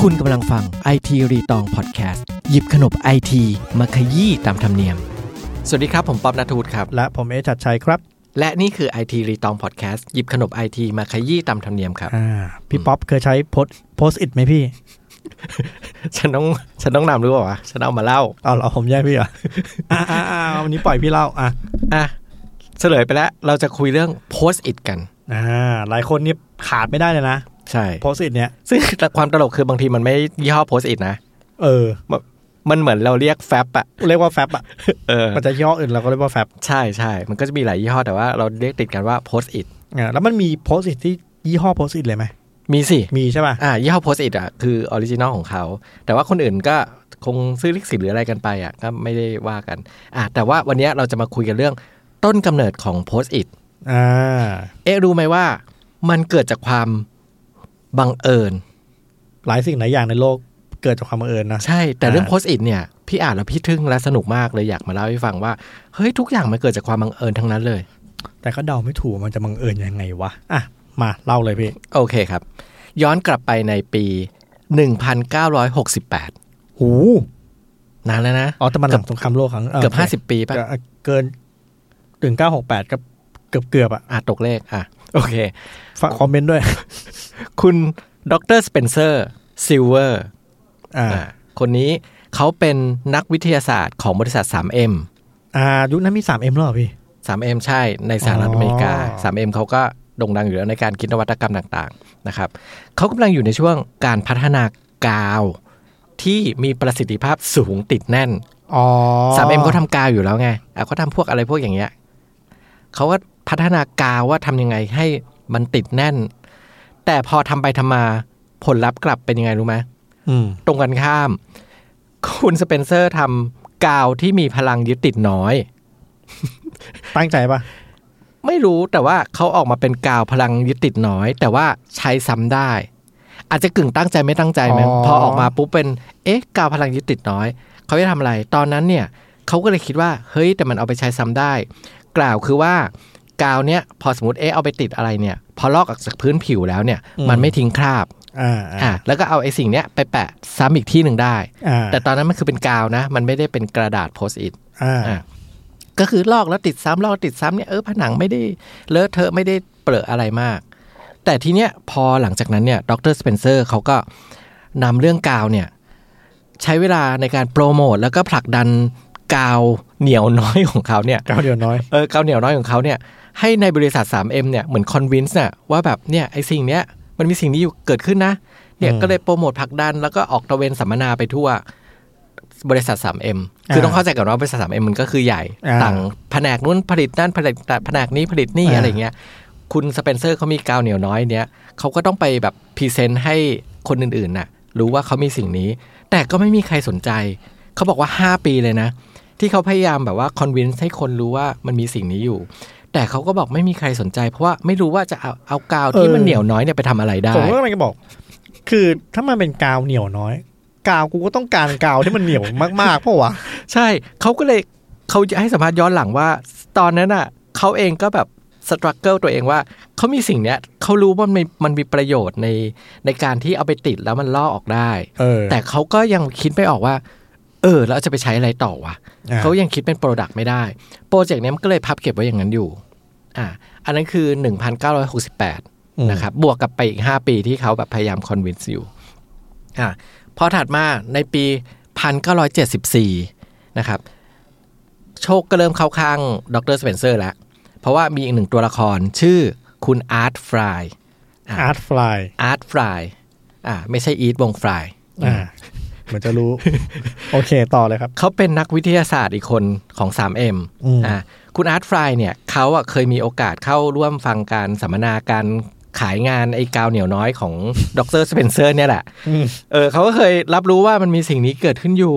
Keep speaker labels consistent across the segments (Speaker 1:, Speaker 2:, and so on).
Speaker 1: คุณกำลังฟัง IT รีตองพอดแคสต์หยิบขนบไอทีมาขยี้ตามธรรมเนียม สวัสดีครับ ผมป๊อบนัทวุฒิครับ
Speaker 2: และผมเอชัดชัยครับ
Speaker 1: และนี่คือ IT รีตองพอดแคสต์หยิบขนบไอทีมาขยี้ตามธรรมเนียมครับ
Speaker 2: อ่าพี่ป๊อปเคยใช้โพสอิดไหมพี่
Speaker 1: ฉันต้องฉันต้องนำหรือเปล่าวะฉันเอามาเล่า
Speaker 2: เอาเหรอผมแย่พี่เหรอ อ่าอ่าอ่าวันนี้ปล่อยพี่เล่าอ่ะ
Speaker 1: อ่ะเฉลยไปแล้วเราจะคุยเรื่องโพสต์อิกัน
Speaker 2: อ่าหลายคนนี่ขาดไม่ได้เลยนะ
Speaker 1: ใช่
Speaker 2: โพสอิดเนี่ย
Speaker 1: ซึ่ง ความตลกคือบางทีมันไม่ยี่ห้อโพสต์อินะ
Speaker 2: เออ
Speaker 1: มันเหมือนเราเรียกแฟบอะ
Speaker 2: เรียกว่าแฟบอ่ะ
Speaker 1: เออ
Speaker 2: มันจะย่ห้ออื่นเราก็เรียกว่าแฟบ
Speaker 1: ใช่ใช่มันก็จะมีหลายยี่ห้อแต่ว่าเราเรียกติดกันว่าโพสต์อิ
Speaker 2: อ่าแล้วมันมีโพสอิดที่ยี่ห้อโพสอิดเลยไหม
Speaker 1: มีสิ
Speaker 2: มีใช่ป่ะ
Speaker 1: อ่ายี่ห้อโพสอิดอ่ะคือออริจินอลของเขา แต่ว่าคนอื่นก็คงซื้อลิขสิทธิ์หรืออะไรกันไปอ่ะก็ไม่ได้ว่ากันอ่าแต่ว่าวันเนี้ยเราจะมาคุยกันเรื่องต้นกำเนิดของโพสอิด
Speaker 2: อ่า
Speaker 1: เอ๊ะรู้ไหมว่ามันเกิดจากความบังเอิญ
Speaker 2: หลายสิ่งหลายอย่างในโลกเกิดจากความบังเอิญนะ
Speaker 1: ใช่แต่เรื่อง
Speaker 2: อ่า
Speaker 1: โพสอิดเนี่ยพี่อ่านแล้วพี่ทึ่งและสนุกมากเลยอยากมาเล่าให้ฟังว่าเฮ้ยทุกอย่างมันเกิดจากความบังเอิญทั้งนั้นเลย
Speaker 2: แต่ก็เดาไม่ถูกว่ามันจะบังเอิญยังไงวะอ่ะมาเล่าเลยพี่
Speaker 1: โอเคครับ ย้อนกลับไปในปี 1968
Speaker 2: หู
Speaker 1: นานแล้วนะ
Speaker 2: อ๋อแต่มันหลังสงครามโลกครั้ง
Speaker 1: เกือบ50 ปีป่ะ
Speaker 2: เกินถึงเก้าหกแปดก็เกือบเกือบๆอ่ะ
Speaker 1: อ่ะตกเลขอ่ะโอเค
Speaker 2: ฝากคอมเมนต์ด้วย
Speaker 1: คุณดรสเปนเซอร์ซิลเวอร์
Speaker 2: อ่า
Speaker 1: คนนี้เขาเป็นนักวิทยาศาสตร์ของบริษัท 3M
Speaker 2: อ่า ยุคนั้นมี 3M แล้วเหรอพี่
Speaker 1: 3M ใช่ในสหรัฐ
Speaker 2: อ๋อ
Speaker 1: อ
Speaker 2: อ
Speaker 1: เมริกา 3M เขาก็โด่งดังอยู่แล้วในการคิดนวัตกรรมต่างๆนะครับเขากำลังอยู่ในช่วงการพัฒนากาว ที่มีประสิทธิภาพสูงติดแน่น
Speaker 2: อ๋อ
Speaker 1: 3M เขาทำกาวอยู่แล้วไงอ่ะเขาทำพวกอะไรพวกอย่างเงี้ยเขาก็พัฒนากาวว่าทำยังไงให้มันติดแน่น แต่พอทำไปทำมาผลลัพธ์กลับเป็นยังไงรู้ไหม
Speaker 2: อืม
Speaker 1: ตรงกันข้าม คุณสเปนเซอร์ทำกาวที่มีพลังยึดติดน้อย
Speaker 2: ตั้งใจปะ
Speaker 1: ไม่รู้แต่ว่าเขาออกมาเป็นกาวพลังยึดติดน้อย แต่ว่าใช้ซ้ำได้ อาจจะกึ่งตั้งใจไม่ตั้งใจไหม
Speaker 2: อ๋อ
Speaker 1: พอออกมาปุ๊บเป็นเอ๊ะกาวพลังยึดติดน้อยเขาจะทำอะไร ตอนนั้นเนี่ยเขาก็เลยคิดว่า เฮ้ย แต่มันเอาไปใช้ซ้ำได้ กล่าวคือว่ากาวเนี้ยพอสมมติเอ๊ะเอาไปติดอะไรเนี่ยพอลอกออกจากพื้นผิวแล้วเนี่ย มันไม่ทิ้งคราบ
Speaker 2: อ่า
Speaker 1: อ่ะแล้วก็เอาไอ้สิ่งเนี้ยไปแปะซ้ำอีกที่หนึ่งได้
Speaker 2: อ่า
Speaker 1: แต่ตอนนั้นมันคือเป็นกาวนะ มันไม่ได้เป็นกระดาษโพสต์อิท
Speaker 2: อ่า
Speaker 1: ก็คือลอกแล้วติดซ้ำลอกแล้วติดซ้ำเนี่ยเออผนังไม่ได้เลอะเทอะไม่ได้เปรอะอะไรมาก แต่ทีเนี้ยพอหลังจากนั้นเนี่ยดรสเปนเซอร์เขาก็นำเรื่องกาวเนี่ย ใช้เวลาในการโปรโมทแล้วก็ผลักดันกาวเหนียวน้อยของเขาเนี่ย
Speaker 2: ก้าวเดียวน้อย
Speaker 1: เออกาวเหนียวน้อยของเขาเนี่ยให้ในบริษัท 3M เนี่ยเหมือนคอนวินส์น่ะว่าแบบเนี่ยไอ้สิ่งเนี้ยมันมีสิ่งนี้อยู่เกิดขึ้นนะเนี่ย
Speaker 2: อืม
Speaker 1: ก็เลยโปรโมทผลักดัน แล้วก็ออกตระเวนสัมมนาไปทั่วบริษัท 3M คือ
Speaker 2: อ่า
Speaker 1: ต้องเข้าใจก่อนว่าบริษัท 3M มันก็คือใหญ่
Speaker 2: อ่า
Speaker 1: ต่างแผนกนู้นผลิตนั่นผลิตแผนกนี้ผลิตนี่
Speaker 2: อ่า
Speaker 1: อะไรเงี้ยคุณสเปนเซอร์เขามีกาวเหนียวน้อยเนี้ยเขาก็ต้องไปแบบพรีเซนต์ให้คนอื่นๆน่ะรู้ว่าเขามีสิ่งนี้ แต่ก็ไม่มีใครสนใจ เขาบอกว่า 5 ปีเลยนะ ที่เขาพยายามแบบว่าคอนวินส์ให้คนรู้ว่ามันมีสิ่งนี้อยู่ แต่เขาก็บอกไม่มีใครสนใจ เพราะว่าไม่รู้ว่าจะเอาเอากาวที่
Speaker 2: เออ
Speaker 1: มันเหนียวน้อยเนี่ยไปทำอะไรได้
Speaker 2: ผมก็กำลังจะบอก คือถ้ามันเป็นกาวเหนียวน้อย กาวกูก็ต้องการกาวที่มันเหนียวมากๆเพราะวะ
Speaker 1: ใช่เขาก็เลยเขาจะให้สัมภาษณ์ย้อนหลังว่า ตอนนั้นอ่ะเขาเองก็แบบสตรัคเกิลตัวเองว่าเขามีสิ่งเนี้ยเขารู้ว่ามันมีมันมีประโยชน์ในในการที่เอาไปติดแล้วมันลอกออกได้
Speaker 2: เออ
Speaker 1: แต่เขาก็ยังคิดไม่ออกว่า เออ แล้วเอาจะไปใช้อะไรต่อวะ
Speaker 2: อ่ะ
Speaker 1: เขายังคิดเป็นโปรดักต์ไม่ได้ โปรเจกต์เนี้ยมันก็เลยพับเก็บไว้อย่างนั้นอยู่ อ่า อันนั้นคือ 1968
Speaker 2: อืม
Speaker 1: นะครับ บวกกับไปอีก 5 ปีที่เขาแบบพยายามคอนวินส์อยู่ อ่า พอถัดมาในปี 1974 นะครับ โชคก็เริ่มเข้าข้างดรสเปนเซอร์แล้ว เพราะว่ามีอีกหนึ่งตัวละครชื่อคุณอาร์ตฟราย
Speaker 2: อาร์ตฟลาย
Speaker 1: อาร์ตฟราย อ่า ไม่ใช่อีทวงฟราย
Speaker 2: อ่า เหมือนจะรู้ โอเคต่อเลยครับ
Speaker 1: เขาเป็นนักวิทยาศาสตร์อีกคนของ 3M
Speaker 2: อืม
Speaker 1: อ่าคุณอาร์ตฟรายเนี่ยเขาอะเคยมีโอกาสเข้าร่วมฟังการสัมมนาการขายงานไอ้กาวเหนียวน้อยของดรสเปนเซอร์เนี่ยแหละ
Speaker 2: อืม
Speaker 1: เออเขาก็เคยรับรู้ว่ามันมีสิ่งนี้เกิดขึ้นอยู่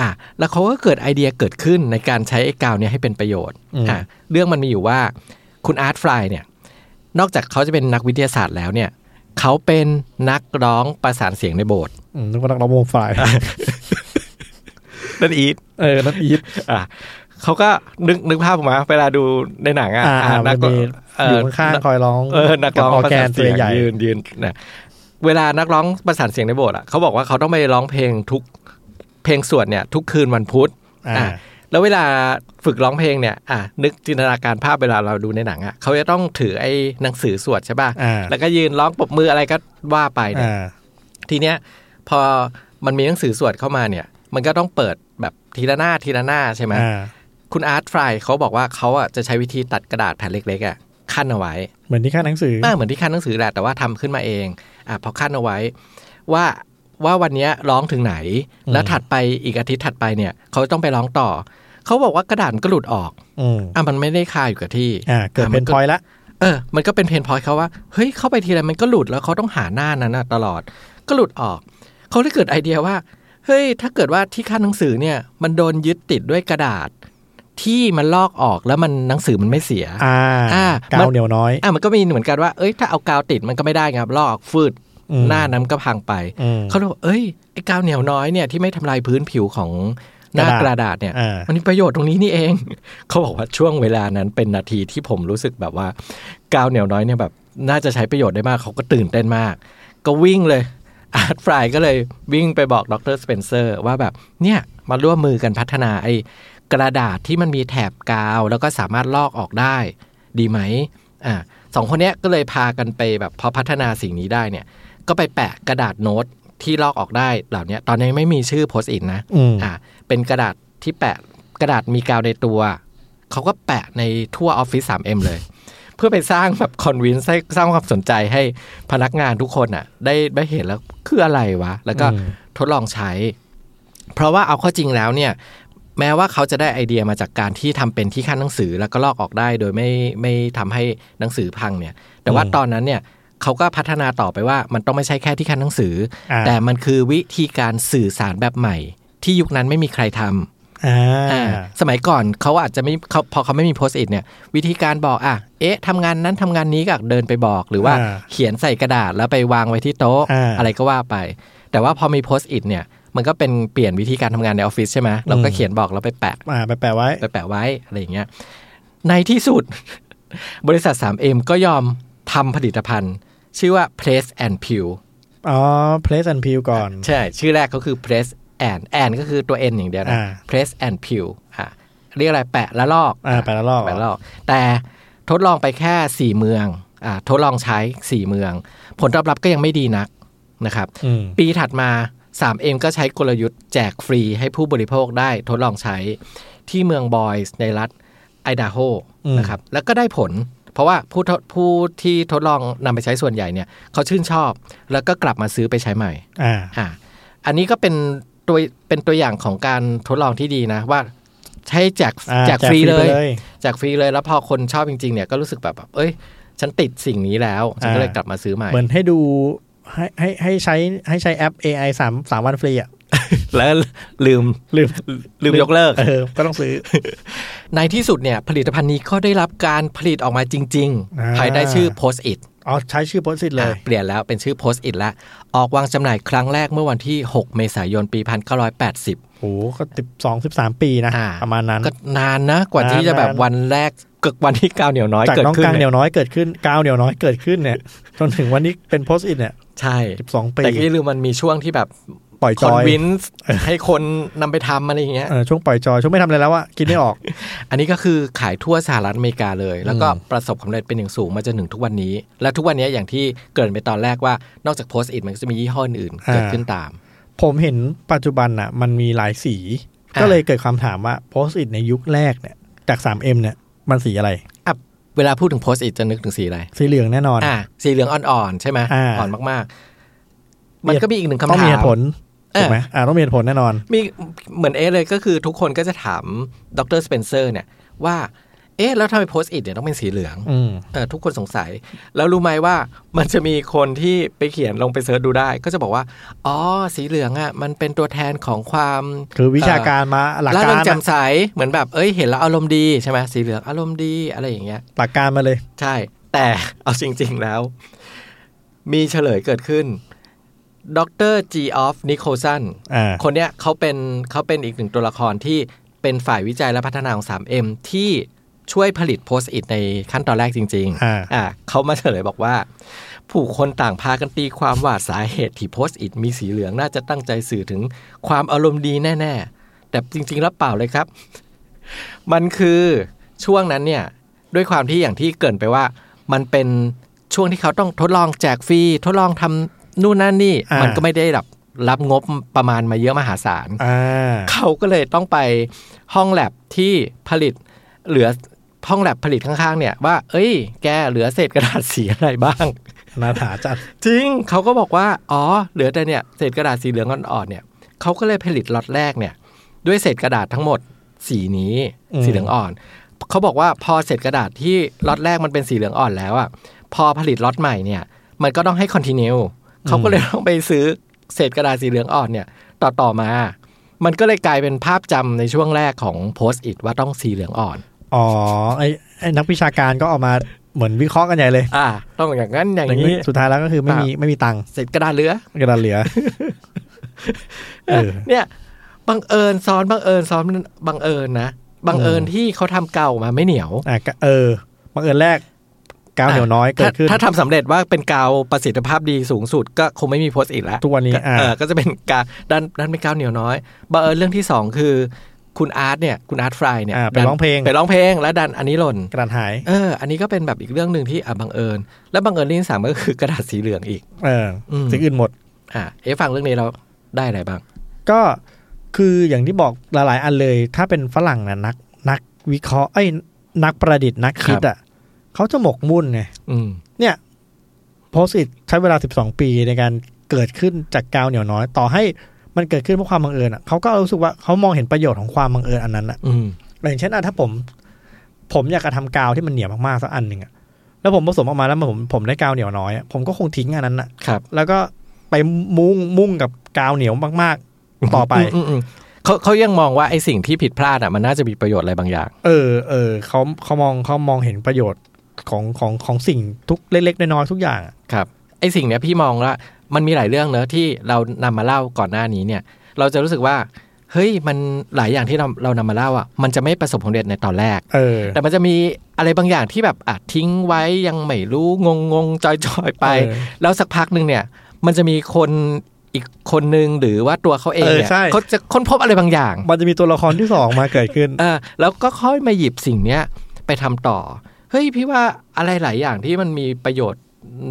Speaker 1: อ่ะ แล้วเขาก็เกิดไอเดียเกิดขึ้นในการใช้ไอ้กาวเนี่ยให้เป็นประโยชน์
Speaker 2: อืม
Speaker 1: อ่ะเรื่องมันมีอยู่ว่าคุณอาร์ตฟลายเนี่ย นอกจากเขาจะเป็นนักวิทยาศาสตร์แล้วเนี่ย เขาเป็นนักร้องประสานเสียงในโบสถ์
Speaker 2: อืมนึกว่านักร้องวงฟลาย
Speaker 1: นั่นอีท
Speaker 2: เออนั่นอีท
Speaker 1: อ่ะเขาก็นึกนึกภาพออกมาเวลาดูในหนังอ่ะ
Speaker 2: อ่า
Speaker 1: อ่ะ
Speaker 2: มั
Speaker 1: นั
Speaker 2: น
Speaker 1: ก
Speaker 2: มี
Speaker 1: เอ่
Speaker 2: อยู่
Speaker 1: อ
Speaker 2: ข้างๆคอยร้อง
Speaker 1: เออนักร้อง
Speaker 2: บอร์แก
Speaker 1: ประ
Speaker 2: น
Speaker 1: สาท
Speaker 2: ตัวใหญ่
Speaker 1: ยืนยืนนะ เวลานักร้องประสานเสียงในโบสถ์อ่ะเขาบอกว่าเขาต้องไปร้องเพลงทุกเพลงสวดเนี่ย ทุกคืนวันพุธ
Speaker 2: อ่า
Speaker 1: อ่ะแล้วเวลาฝึกร้องเพลงเนี่ยอ่ะนึกจินตนาการภาพเวลาเราดูในหนังอ่ะเขาจะต้องถือไอ้หนังสือสวดใช่ป่ะ
Speaker 2: อ่า
Speaker 1: แล้วก็ยืนร้องปรบมืออะไรก็ว่าไปเนี่ย
Speaker 2: อ่า
Speaker 1: ทีเนี้ยพอมันมีหนังสือสวดเข้ามาเนี่ย มันก็ต้องเปิดแบบทีละหน้าทีละหน้าใช่ไหม
Speaker 2: อ่า
Speaker 1: คุณอาร์ตฟรายเขาบอกว่าเขาอ่ะจะใช้วิธีตัดกระดาษแผ่นเล็กๆอ่ะขั้นเอาไว้
Speaker 2: เหมือนที่ค่าหนังสือ
Speaker 1: อ่าเหมือนที่ขั้นหนังสือแหละแต่ว่าทำขึ้นมาเองอ่ะพอขั้นเอาไว้ว่าว่าวันเนี้ยร้องถึงไหน แล้วถัดไปอีกอาทิตย์ถัดไปเนี่ยเขาต้องไปร้องต่อเขาบอกว่ากระดาษมันก็หลุดออก
Speaker 2: อืม
Speaker 1: อ่ะมันไม่ได้คาอยู่กับที่
Speaker 2: อ่าเกิดเป็นพอยต์ละ
Speaker 1: เออ มันก็เป็นเพนพอยเขาว่า เฮ้ย เข้าไปทีไรมันก็หลุดแล้วเขาต้องหาหน้านั้นนะตลอด ก็หลุดออก เขาเลยเกิดไอเดียว่า เฮ้ย ถ้าเกิดว่าที่ขั้นหนังสือเนี่ย มันโดนยึดติดด้วยกระดาษ ที่มันลอกออกแล้วมันหนังสือมันไม่เสีย
Speaker 2: อ่า
Speaker 1: อ่า
Speaker 2: กาวเหนียวน้อย
Speaker 1: อ่ะมันก็มีเหมือนกันว่า เอ้ย ถ้าเอากาวติดมันก็ไม่ได้ไงครับลอกออกฟืด
Speaker 2: อืม
Speaker 1: หน้านั้นก็พังไป
Speaker 2: อืม
Speaker 1: เขาเลยบอกเอ้ย ไอ้กาวเหนียวน้อยเนี่ยที่ไม่ทำลายพื้นผิวของหน้ากระดาษเนี่ย
Speaker 2: อ่า
Speaker 1: มันมีประโยชน์ตรงนี้นี่เอง เขาบอกว่าช่วงเวลานั้นเป็นนาทีที่ผมรู้สึกแบบว่า กาวเหนียวน้อยเนี่ยแบบ น่าจะใช้ประโยชน์ได้มากเขาก็ตื่นเต้นมาก ก็วิ่งเลย อาร์ตฟรายก็เลยวิ่งไปบอกดรสเปนเซอร์ว่าแบบเนี่ยมาร่วมมือกันพัฒนาไอ้กระดาษที่มันมีแถบกาว แล้วก็สามารถลอกออกได้ ดีไหมอ่าสองคนเนี้ยก็เลยพากันไปแบบพอพัฒนาสิ่งนี้ได้เนี่ย ก็ไปแปะกระดาษโน้ตที่ลอกออกได้เหล่าเนี้ยตอนนี้ไม่มีชื่อโพสต์อินนะ
Speaker 2: อืม
Speaker 1: อ่าเป็นกระดาษที่แปะกระดาษมีกาวในตัว เขาก็แปะในทั่วออฟฟิศ 3M เลย เพื่อไปสร้างแบบคอนวินสสร้างความสนใจให้พนักงานทุกคนอ่ะ ได้ได้เห็นแล้วคืออะไรวะ แล้วก็
Speaker 2: อืม
Speaker 1: ทดลองใช้ เพราะว่าเอาเข้อจริงแล้วเนี่ย แม้ว่าเขาจะได้ไอเดียมาจากการที่ทำเป็นที่ขั้นหนังสือแล้วก็ลอกออกได้โดยไม่ไม่ทำให้หนังสือพังเนี่ย แต่ว่า
Speaker 2: อืม
Speaker 1: ตอนนั้นเนี่ยเขาก็พัฒนาต่อไปว่ามันต้องไม่ใช่แค่ที่ขั้นหนังสือ
Speaker 2: อ่า
Speaker 1: แต่มันคือวิธีการสื่อสารแบบใหม่ ที่ยุคนั้นไม่มีใครทำ
Speaker 2: อ่า
Speaker 1: อ่าสมัยก่อนเขาอาจจะไม่เขาพอเขาไม่มีโพสต์อิเนี่ย วิธีการบอกอ่ะเอ๊ะทำงานนั้นทำงานนี้ก็เดินไปบอก หรือว่า
Speaker 2: อ่า
Speaker 1: เขียนใส่กระดาษแล้วไปวางไว้ที่โต๊ะ
Speaker 2: อ่า
Speaker 1: ไรก็ว่าไป แต่ว่าพอมีโพสต์อิเนี่ย มันก็เป็นเปลี่ยนวิธีการทำงานในออฟฟิศใช่ไหมเราก็
Speaker 2: อืม
Speaker 1: เขียนบอกแล้วไปแปะ
Speaker 2: อ่าไปแปลไว้
Speaker 1: ไปแปะไว้ อะไรอย่างเงี้ย ในที่สุด บริษัท 3M ก็ยอมทำผลิตภัณฑ์ ชื่อว่า Press and Peel
Speaker 2: อ๋อ place and peel ก่อน
Speaker 1: ใช่ ชื่อแรกก็คือ press and and ก็คือตัว n อย่างเดียวนะ
Speaker 2: อ่า
Speaker 1: press and peel อ่ะเรียกอะไรแปะและลอก
Speaker 2: อ่าแปะและลอก
Speaker 1: แปะและลอก แต่ทดลองไปแค่ 4 เมืองอ่าทดลองใช้ 4 เมือง ผลตอบรับก็ยังไม่ดีนักนะครับ
Speaker 2: อืม
Speaker 1: ปีถัดมา 3M ก็ใช้กลยุทธ์แจกฟรีให้ผู้บริโภคได้ทดลองใช้ที่เมืองบอยส์ในรัฐไอดาโฮนะครับ แล้วก็ได้ผล เพราะว่าผู้ทดผู้ที่ทดลองนำไปใช้ส่วนใหญ่เนี่ยเขาชื่นชอบ แล้วก็กลับมาซื้อไปใช้ใหม่
Speaker 2: อ่า
Speaker 1: อ่ะอันนี้ก็เป็นตัวเป็นตัวอย่างของการทดลองที่ดีนะ ว่าใช้แจก
Speaker 2: อ่า
Speaker 1: แจกฟรีเล
Speaker 2: แจกฟรีไป
Speaker 1: ย
Speaker 2: เลย
Speaker 1: แจกฟรีเลยแล้วพอคนชอบจริงๆเนี่ยก็รู้สึกแบบแบบเอ้ย ฉันติดสิ่งนี้แล้ว ฉันก็เลย
Speaker 2: อ่า
Speaker 1: กลับมาซื้อใหม่
Speaker 2: เหมือนให้ดูให้ให้ให้ใช้ให้ใช้แอป AI สามสามวันฟรีอ่ะ
Speaker 1: แล้วลืม
Speaker 2: ลืม
Speaker 1: ลืมยกเลิก
Speaker 2: เออ ก็ต้องซื้อ
Speaker 1: ในที่สุดเนี่ยผลิตภัณฑ์นี้ก็ได้รับการผลิตออกมาจริง
Speaker 2: อ่า
Speaker 1: ๆ ภายใต้ชื่อ Post It
Speaker 2: อ๋อ ใช้ชื่อโพสต์เลย
Speaker 1: เปลี่ยนแล้วเป็นชื่อ Post It ละออกวางจำหน่ายครั้งแรกเมื่อวันที่ 6 เมษายนปี 1980
Speaker 2: โอ้โหก็สิบสองสิบสามปีนะ
Speaker 1: อ่า
Speaker 2: ประมาณนั้น
Speaker 1: ก็นานนะกว่าที่จะแบบ
Speaker 2: นานๆ
Speaker 1: วันแรกเกิดวันที่กาวเหนียวน้อย
Speaker 2: จาก
Speaker 1: เกิด
Speaker 2: น้อง
Speaker 1: ขึ้น
Speaker 2: กางเหนี
Speaker 1: เนี่ย
Speaker 2: ยวน้อยเกิดขึ้นกาวเหนียวน้อยเกิดขึ้นเนี่ย จนถึงวันนี้เป็นโพสต์อินเนี่ย
Speaker 1: ใช่
Speaker 2: สิบสองปี
Speaker 1: แต่ก็อย่าลืมมันมีช่วงที่แบบ
Speaker 2: ปล่อย
Speaker 1: ค
Speaker 2: จ
Speaker 1: อน
Speaker 2: อย
Speaker 1: วินส์ให้คนนำไปทำอะไรอย่างเงี้ย
Speaker 2: เออช่วงปล่อยจอย ช่วงไม่ทำอะไรแล้วอะกินไม่ออก
Speaker 1: อันนี้ก็คือขายทั่วสหรัฐอเมริกาเลย แล้วก็
Speaker 2: อืม
Speaker 1: ประสบความสำเร็จเป็นอย่างสูงมาจนถึงทุกวันนี้ และทุกวันนี้อย่างที่เกรินไปตอนแรกว่านอกจากโพสต์อิมันก็จะมียี่ห้ออื่นๆเกิดขึ้นตาม
Speaker 2: ผมเห็นปัจจุบันอะมันมีหลายสี
Speaker 1: อ่า
Speaker 2: ก็เลยเกิดคำถามว่าโพสต์อินในยุคแรกเนี่ยจาก 3M เนี่ยมันสีอะไร
Speaker 1: อ่ะเวลาพูดถึงโพสต์อิจะนึกถึงสีอะไร
Speaker 2: สีเหลืองแน่นอน
Speaker 1: อ่ะสีเหลืองอ่อนๆใช่ไหม
Speaker 2: อ่า
Speaker 1: อ่อนมากๆ มันก็มีอีกหนึ่งคำถาม
Speaker 2: ต้องมีเหตุผล
Speaker 1: เออ
Speaker 2: ถูกไหมอ่าต้องมีเหตุผลแน่นอน
Speaker 1: มีเหมือนเอะเลยก็คือทุกคนก็จะถามดรสเปนเซอร์เนี่ยว่า เอ๊ะ แล้วทำไมโพสต์อิเนี่ยต้องเป็นสีเหลือง
Speaker 2: อืม
Speaker 1: เออทุกคนสงสัย แล้วรู้ไหมว่ามันจะมีคนที่ไปเขียนลงไปเสิร์ชดูได้ ก็จะบอกว่า อ๋อ สีเหลืองอะ่ะมันเป็นตัวแทนของความ
Speaker 2: คือวิชาการมาหลัก
Speaker 1: ล่า
Speaker 2: การ
Speaker 1: เริง
Speaker 2: อะ
Speaker 1: แจ่มใสเหมือนแบบเอ้ยเห็นแล้วอารมณ์ดีใช่ไหมสีเหลืองอารมณ์ดีอะไรอย่างเงี้ย
Speaker 2: หลักการมาเลย
Speaker 1: ใช่ แต่ เอาจริง ๆ แล้ว มีเฉลยเกิดขึ้น ดรจีออฟนิโคสัน
Speaker 2: อ่า
Speaker 1: คนเนี้ยเขาเป็นเขาเป็นอีกหนึ่งตัวละครที่เป็นฝ่ายวิจัยและพัฒนาของ 3M ที่ช่วยผลิตโพสต์อิในขั้นตอนแรกจริง
Speaker 2: อ่า
Speaker 1: อ่าเขามาเฉลยบอกว่า ผู้คนต่างพากันตีความว่าสาเหตุที่โพสต์อิดมีสีเหลืองน่าจะตั้งใจสื่อถึงความอารมณ์ดีแน่ ๆ แต่จริงๆแล้วเปล่าเลยครับ มันคือช่วงนั้นเนี่ย ด้วยความที่อย่างที่เกรินไปว่า มันเป็นช่วงที่เขาต้องทดลองแจกฟรีทดลองทำนู่นนั่นนี่
Speaker 2: อ่ามั
Speaker 1: มันก็ไม่ได้รับรับงบประมาณมาเยอะมหาศาล
Speaker 2: อ่า
Speaker 1: เขาก็เลยต้องไปห้องแลบที่ผลิตเหลือห้องแลบผลิตข้างๆ เนี่ยว่า เอ้ย แกเหลือเศษกระดาษสีอะไรบ้าง
Speaker 2: นาถาจัด
Speaker 1: จริงเขาก็บอกว่า อ๋อ เหลือแต่เนี่ยเศษกระดาษสีเหลืองอ่อนๆเนี่ยเขาก็เลยผลิตล็อตแรกเนี่ย ด้วยเศษกระดาษทั้งหมดสีนี้
Speaker 2: อืม
Speaker 1: สีเหลืองอ่อนเขาบอกว่าพอเศษกระดาษที่ล็อตแรกมันเป็นสีเหลืองอ่อนแล้วอ่ะพอผลิตล็อตใหม่เนี่ยมันก็ต้องให้คอนติเนียเขาก็เลยต้องไปซื้อเศษกระดาษสีเหลืองอ่อนเนี่ยต่อต่อๆมา มันก็เลยกลายเป็นภาพจำในช่วงแรกของโพสต์อิว่าต้องสีเหลืองอ่อน
Speaker 2: อ๋อไอไอนักวิชาการก็เออกมาเหมือนวิเคราะห์กันใหญ่เลย
Speaker 1: อ่า ต้องอย่างนั้นอย่าง
Speaker 2: อย่างนี้
Speaker 1: นี้
Speaker 2: สุดท้ายแล้วก็คือไม่มีไม่มีตังค์
Speaker 1: เศษกระดาษเหลือ
Speaker 2: กระดานเหลือ เออ
Speaker 1: เนี่ยบังเอิญซ้อนบังเอิญซ้อนบังเอิญนะบังเอิญที่เขาทำเก่ามาไม่เหนียว
Speaker 2: อ่ะก็เออบังเอิญแรกกาวเหนียวน้อยเกิดขึ้น
Speaker 1: ถ้าถ้าทำสำเร็จว่าเป็นกาวประสิทธิภาพดีสูงสุดก็คงไม่มีโพสต์อีกแล้ว
Speaker 2: ทุกวันนี้อ่า
Speaker 1: เออก็จะเป็นกาวด้านด้านเป็นกาวเหนียวน้อยบังเอิญเรื่องที่สองคือ คุณอาร์ตเนี่ยคุณอาร์ตฟรายเนี่ย
Speaker 2: อ่าไป
Speaker 1: ดัน
Speaker 2: ร้องเพลง
Speaker 1: ไปร้องเพลงแล้วดันอันนี้หล่น
Speaker 2: กระดานหาย
Speaker 1: เอออันนี้ก็เป็นแบบอีกเรื่องหนึ่งที่อ่ะบังเอิญ และบังเอิญเรื่องที่สามก็คือกระดาษสีเหลืองอีก
Speaker 2: เอออ
Speaker 1: ม
Speaker 2: สิ่งอื่นหมด
Speaker 1: อ่าเอ๊ะฟังเรื่องนี้เราได้อะไรบ้าง
Speaker 2: ก็คืออย่างที่บอกหลายๆ อันเลย ถ้าเป็นฝรั่งนะนัก นักวิเคราะห์ไอ้ยนักประดิษฐ์นักคิดอ่ะเขาจะหมกมุ่นไง
Speaker 1: อืม
Speaker 2: เนี่ยโพสิตใช้เวลา 12 ปีในการเกิดขึ้นจากกาวเหนียวน้อย ต่อให้มันเกิดขึ้นเพราะความบังเอิญอ่ะเขาก็รู้สึกว่าเขามองเห็นประโยชน์ของความบังเอิญอันนั้นอ่ะ
Speaker 1: อืม
Speaker 2: อย่างเช่นอ่ะถ้าผม ผมอยากจะทำกาวที่มันเหนียวมากๆสักอันหนึ่งอ่ะแล้วผมผสมออกมาแล้วผมผมได้กาวเหนียวน้อยอะผมก็คงทิ้งอันนั้นอ่ะ
Speaker 1: ครับ
Speaker 2: แล้วก็ไปมุ่งมุ่งกับกาวเหนียวมากๆ ต่อไป
Speaker 1: มมมเขาเขายังมองว่าไอ้สิ่งที่ผิดพลาดอ่ะมันน่าจะมีประโยชน์อะไรบางอย่าง
Speaker 2: เออเออเขาเขามองเขามองเห็นประโยชน์ของของของสิ่งทุกเล็กๆน้อยๆทุกอย่างอะ
Speaker 1: ครับ ไอ้สิ่งเนี้ยพี่มองว่ามันมีหลายเรื่องเนอะที่เรานำมาเล่าก่อนหน้านี้เนี่ย เราจะรู้สึกว่า เฮ้ยมันหลายอย่างที่เราเรานำมาเล่าอ่ะมันจะไม่ประสบผลสำเร็จในตอนแรก
Speaker 2: เออ
Speaker 1: แต่มันจะมีอะไรบางอย่างที่แบบอาจทิ้งไว้ยังไม่รู้งงงงจอยจอยๆไป
Speaker 2: เออ
Speaker 1: แล้วสักพักหนึ่งเนี่ย มันจะมีคนอีกคนนึงหรือว่าตัวเขาเองเนี่ย
Speaker 2: เออใช่
Speaker 1: เขาจะค้นพบอะไรบางอย่าง
Speaker 2: มันจะมีตัวละครที่สองมาเกิดขึ้น
Speaker 1: เออแล้วก็ค่อยมาหยิบสิ่งเนี้ยไปทำต่อ เฮ้ยพี่ว่าอะไรหลายอย่างที่มันมีประโยชน์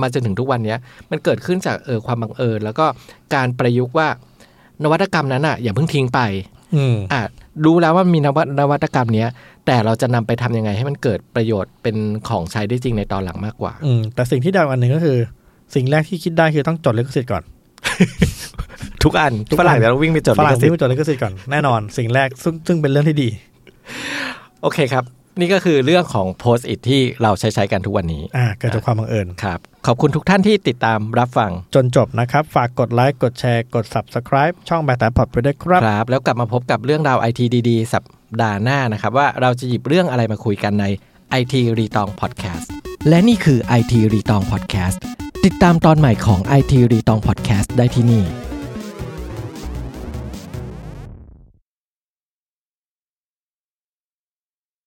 Speaker 1: มาจนถึงทุกวันเนี้ย มันเกิดขึ้นจากเออความบังเอิญ แล้วก็การประยุกต์ว่านวัตกรรมนั้นอ่ะอย่าเพิ่งทิ้งไป
Speaker 2: อืม
Speaker 1: อ่ะรู้แล้วว่ามีนวัตนวัตกรรมเนี้ยแต่เราจะนำไปทำยังไงให้มันเกิดประโยชน์เป็นของใช้ได้จริงในตอนหลังมากกว่า
Speaker 2: อืมแต่สิ่งที่ได้อันหนึ่งก็คือ สิ่งแรกที่คิดได้คือต้องจดลิขสิทธิ์ก่อน
Speaker 1: ทุกอัน
Speaker 2: ทุกอัน
Speaker 1: ฝรั่งเดี๋ยวเราวิ่งไปจด
Speaker 2: ฝรั่ง
Speaker 1: ลิขสิท
Speaker 2: ที่
Speaker 1: ธิ์
Speaker 2: ไม่จดลิขสิทธิ์ก่อนแน่นอนสิ่งแรกซึ่งซึ่งเป็นเรื่องที่ดี
Speaker 1: โอเคครับ นี่ก็คือเรื่องของโพสต์อิทที่เราใช้ใช้ๆกันทุกวันนี้
Speaker 2: อ่าเกิดจากความบังเอิญ
Speaker 1: ครับขอบคุณทุกท่านที่ติดตามรับฟัง
Speaker 2: จนจบนะครับ ฝากกดไลค์กดแชร์กด subscribe ช่องแบทแต่พอดไปด้วยครับ
Speaker 1: ครับแล้วกลับมาพบกับเรื่องราวไอทีดีๆ สัปดาห์หน้านะครับ ว่าเราจะหยิบเรื่องอะไรมาคุยกันใน IT รีตองพอดแคสต์และนี่คือ IT รีตองพอดแคสต์ติดตามตอนใหม่ของ IT รีตองพอดแคสต์ได้ที่นี่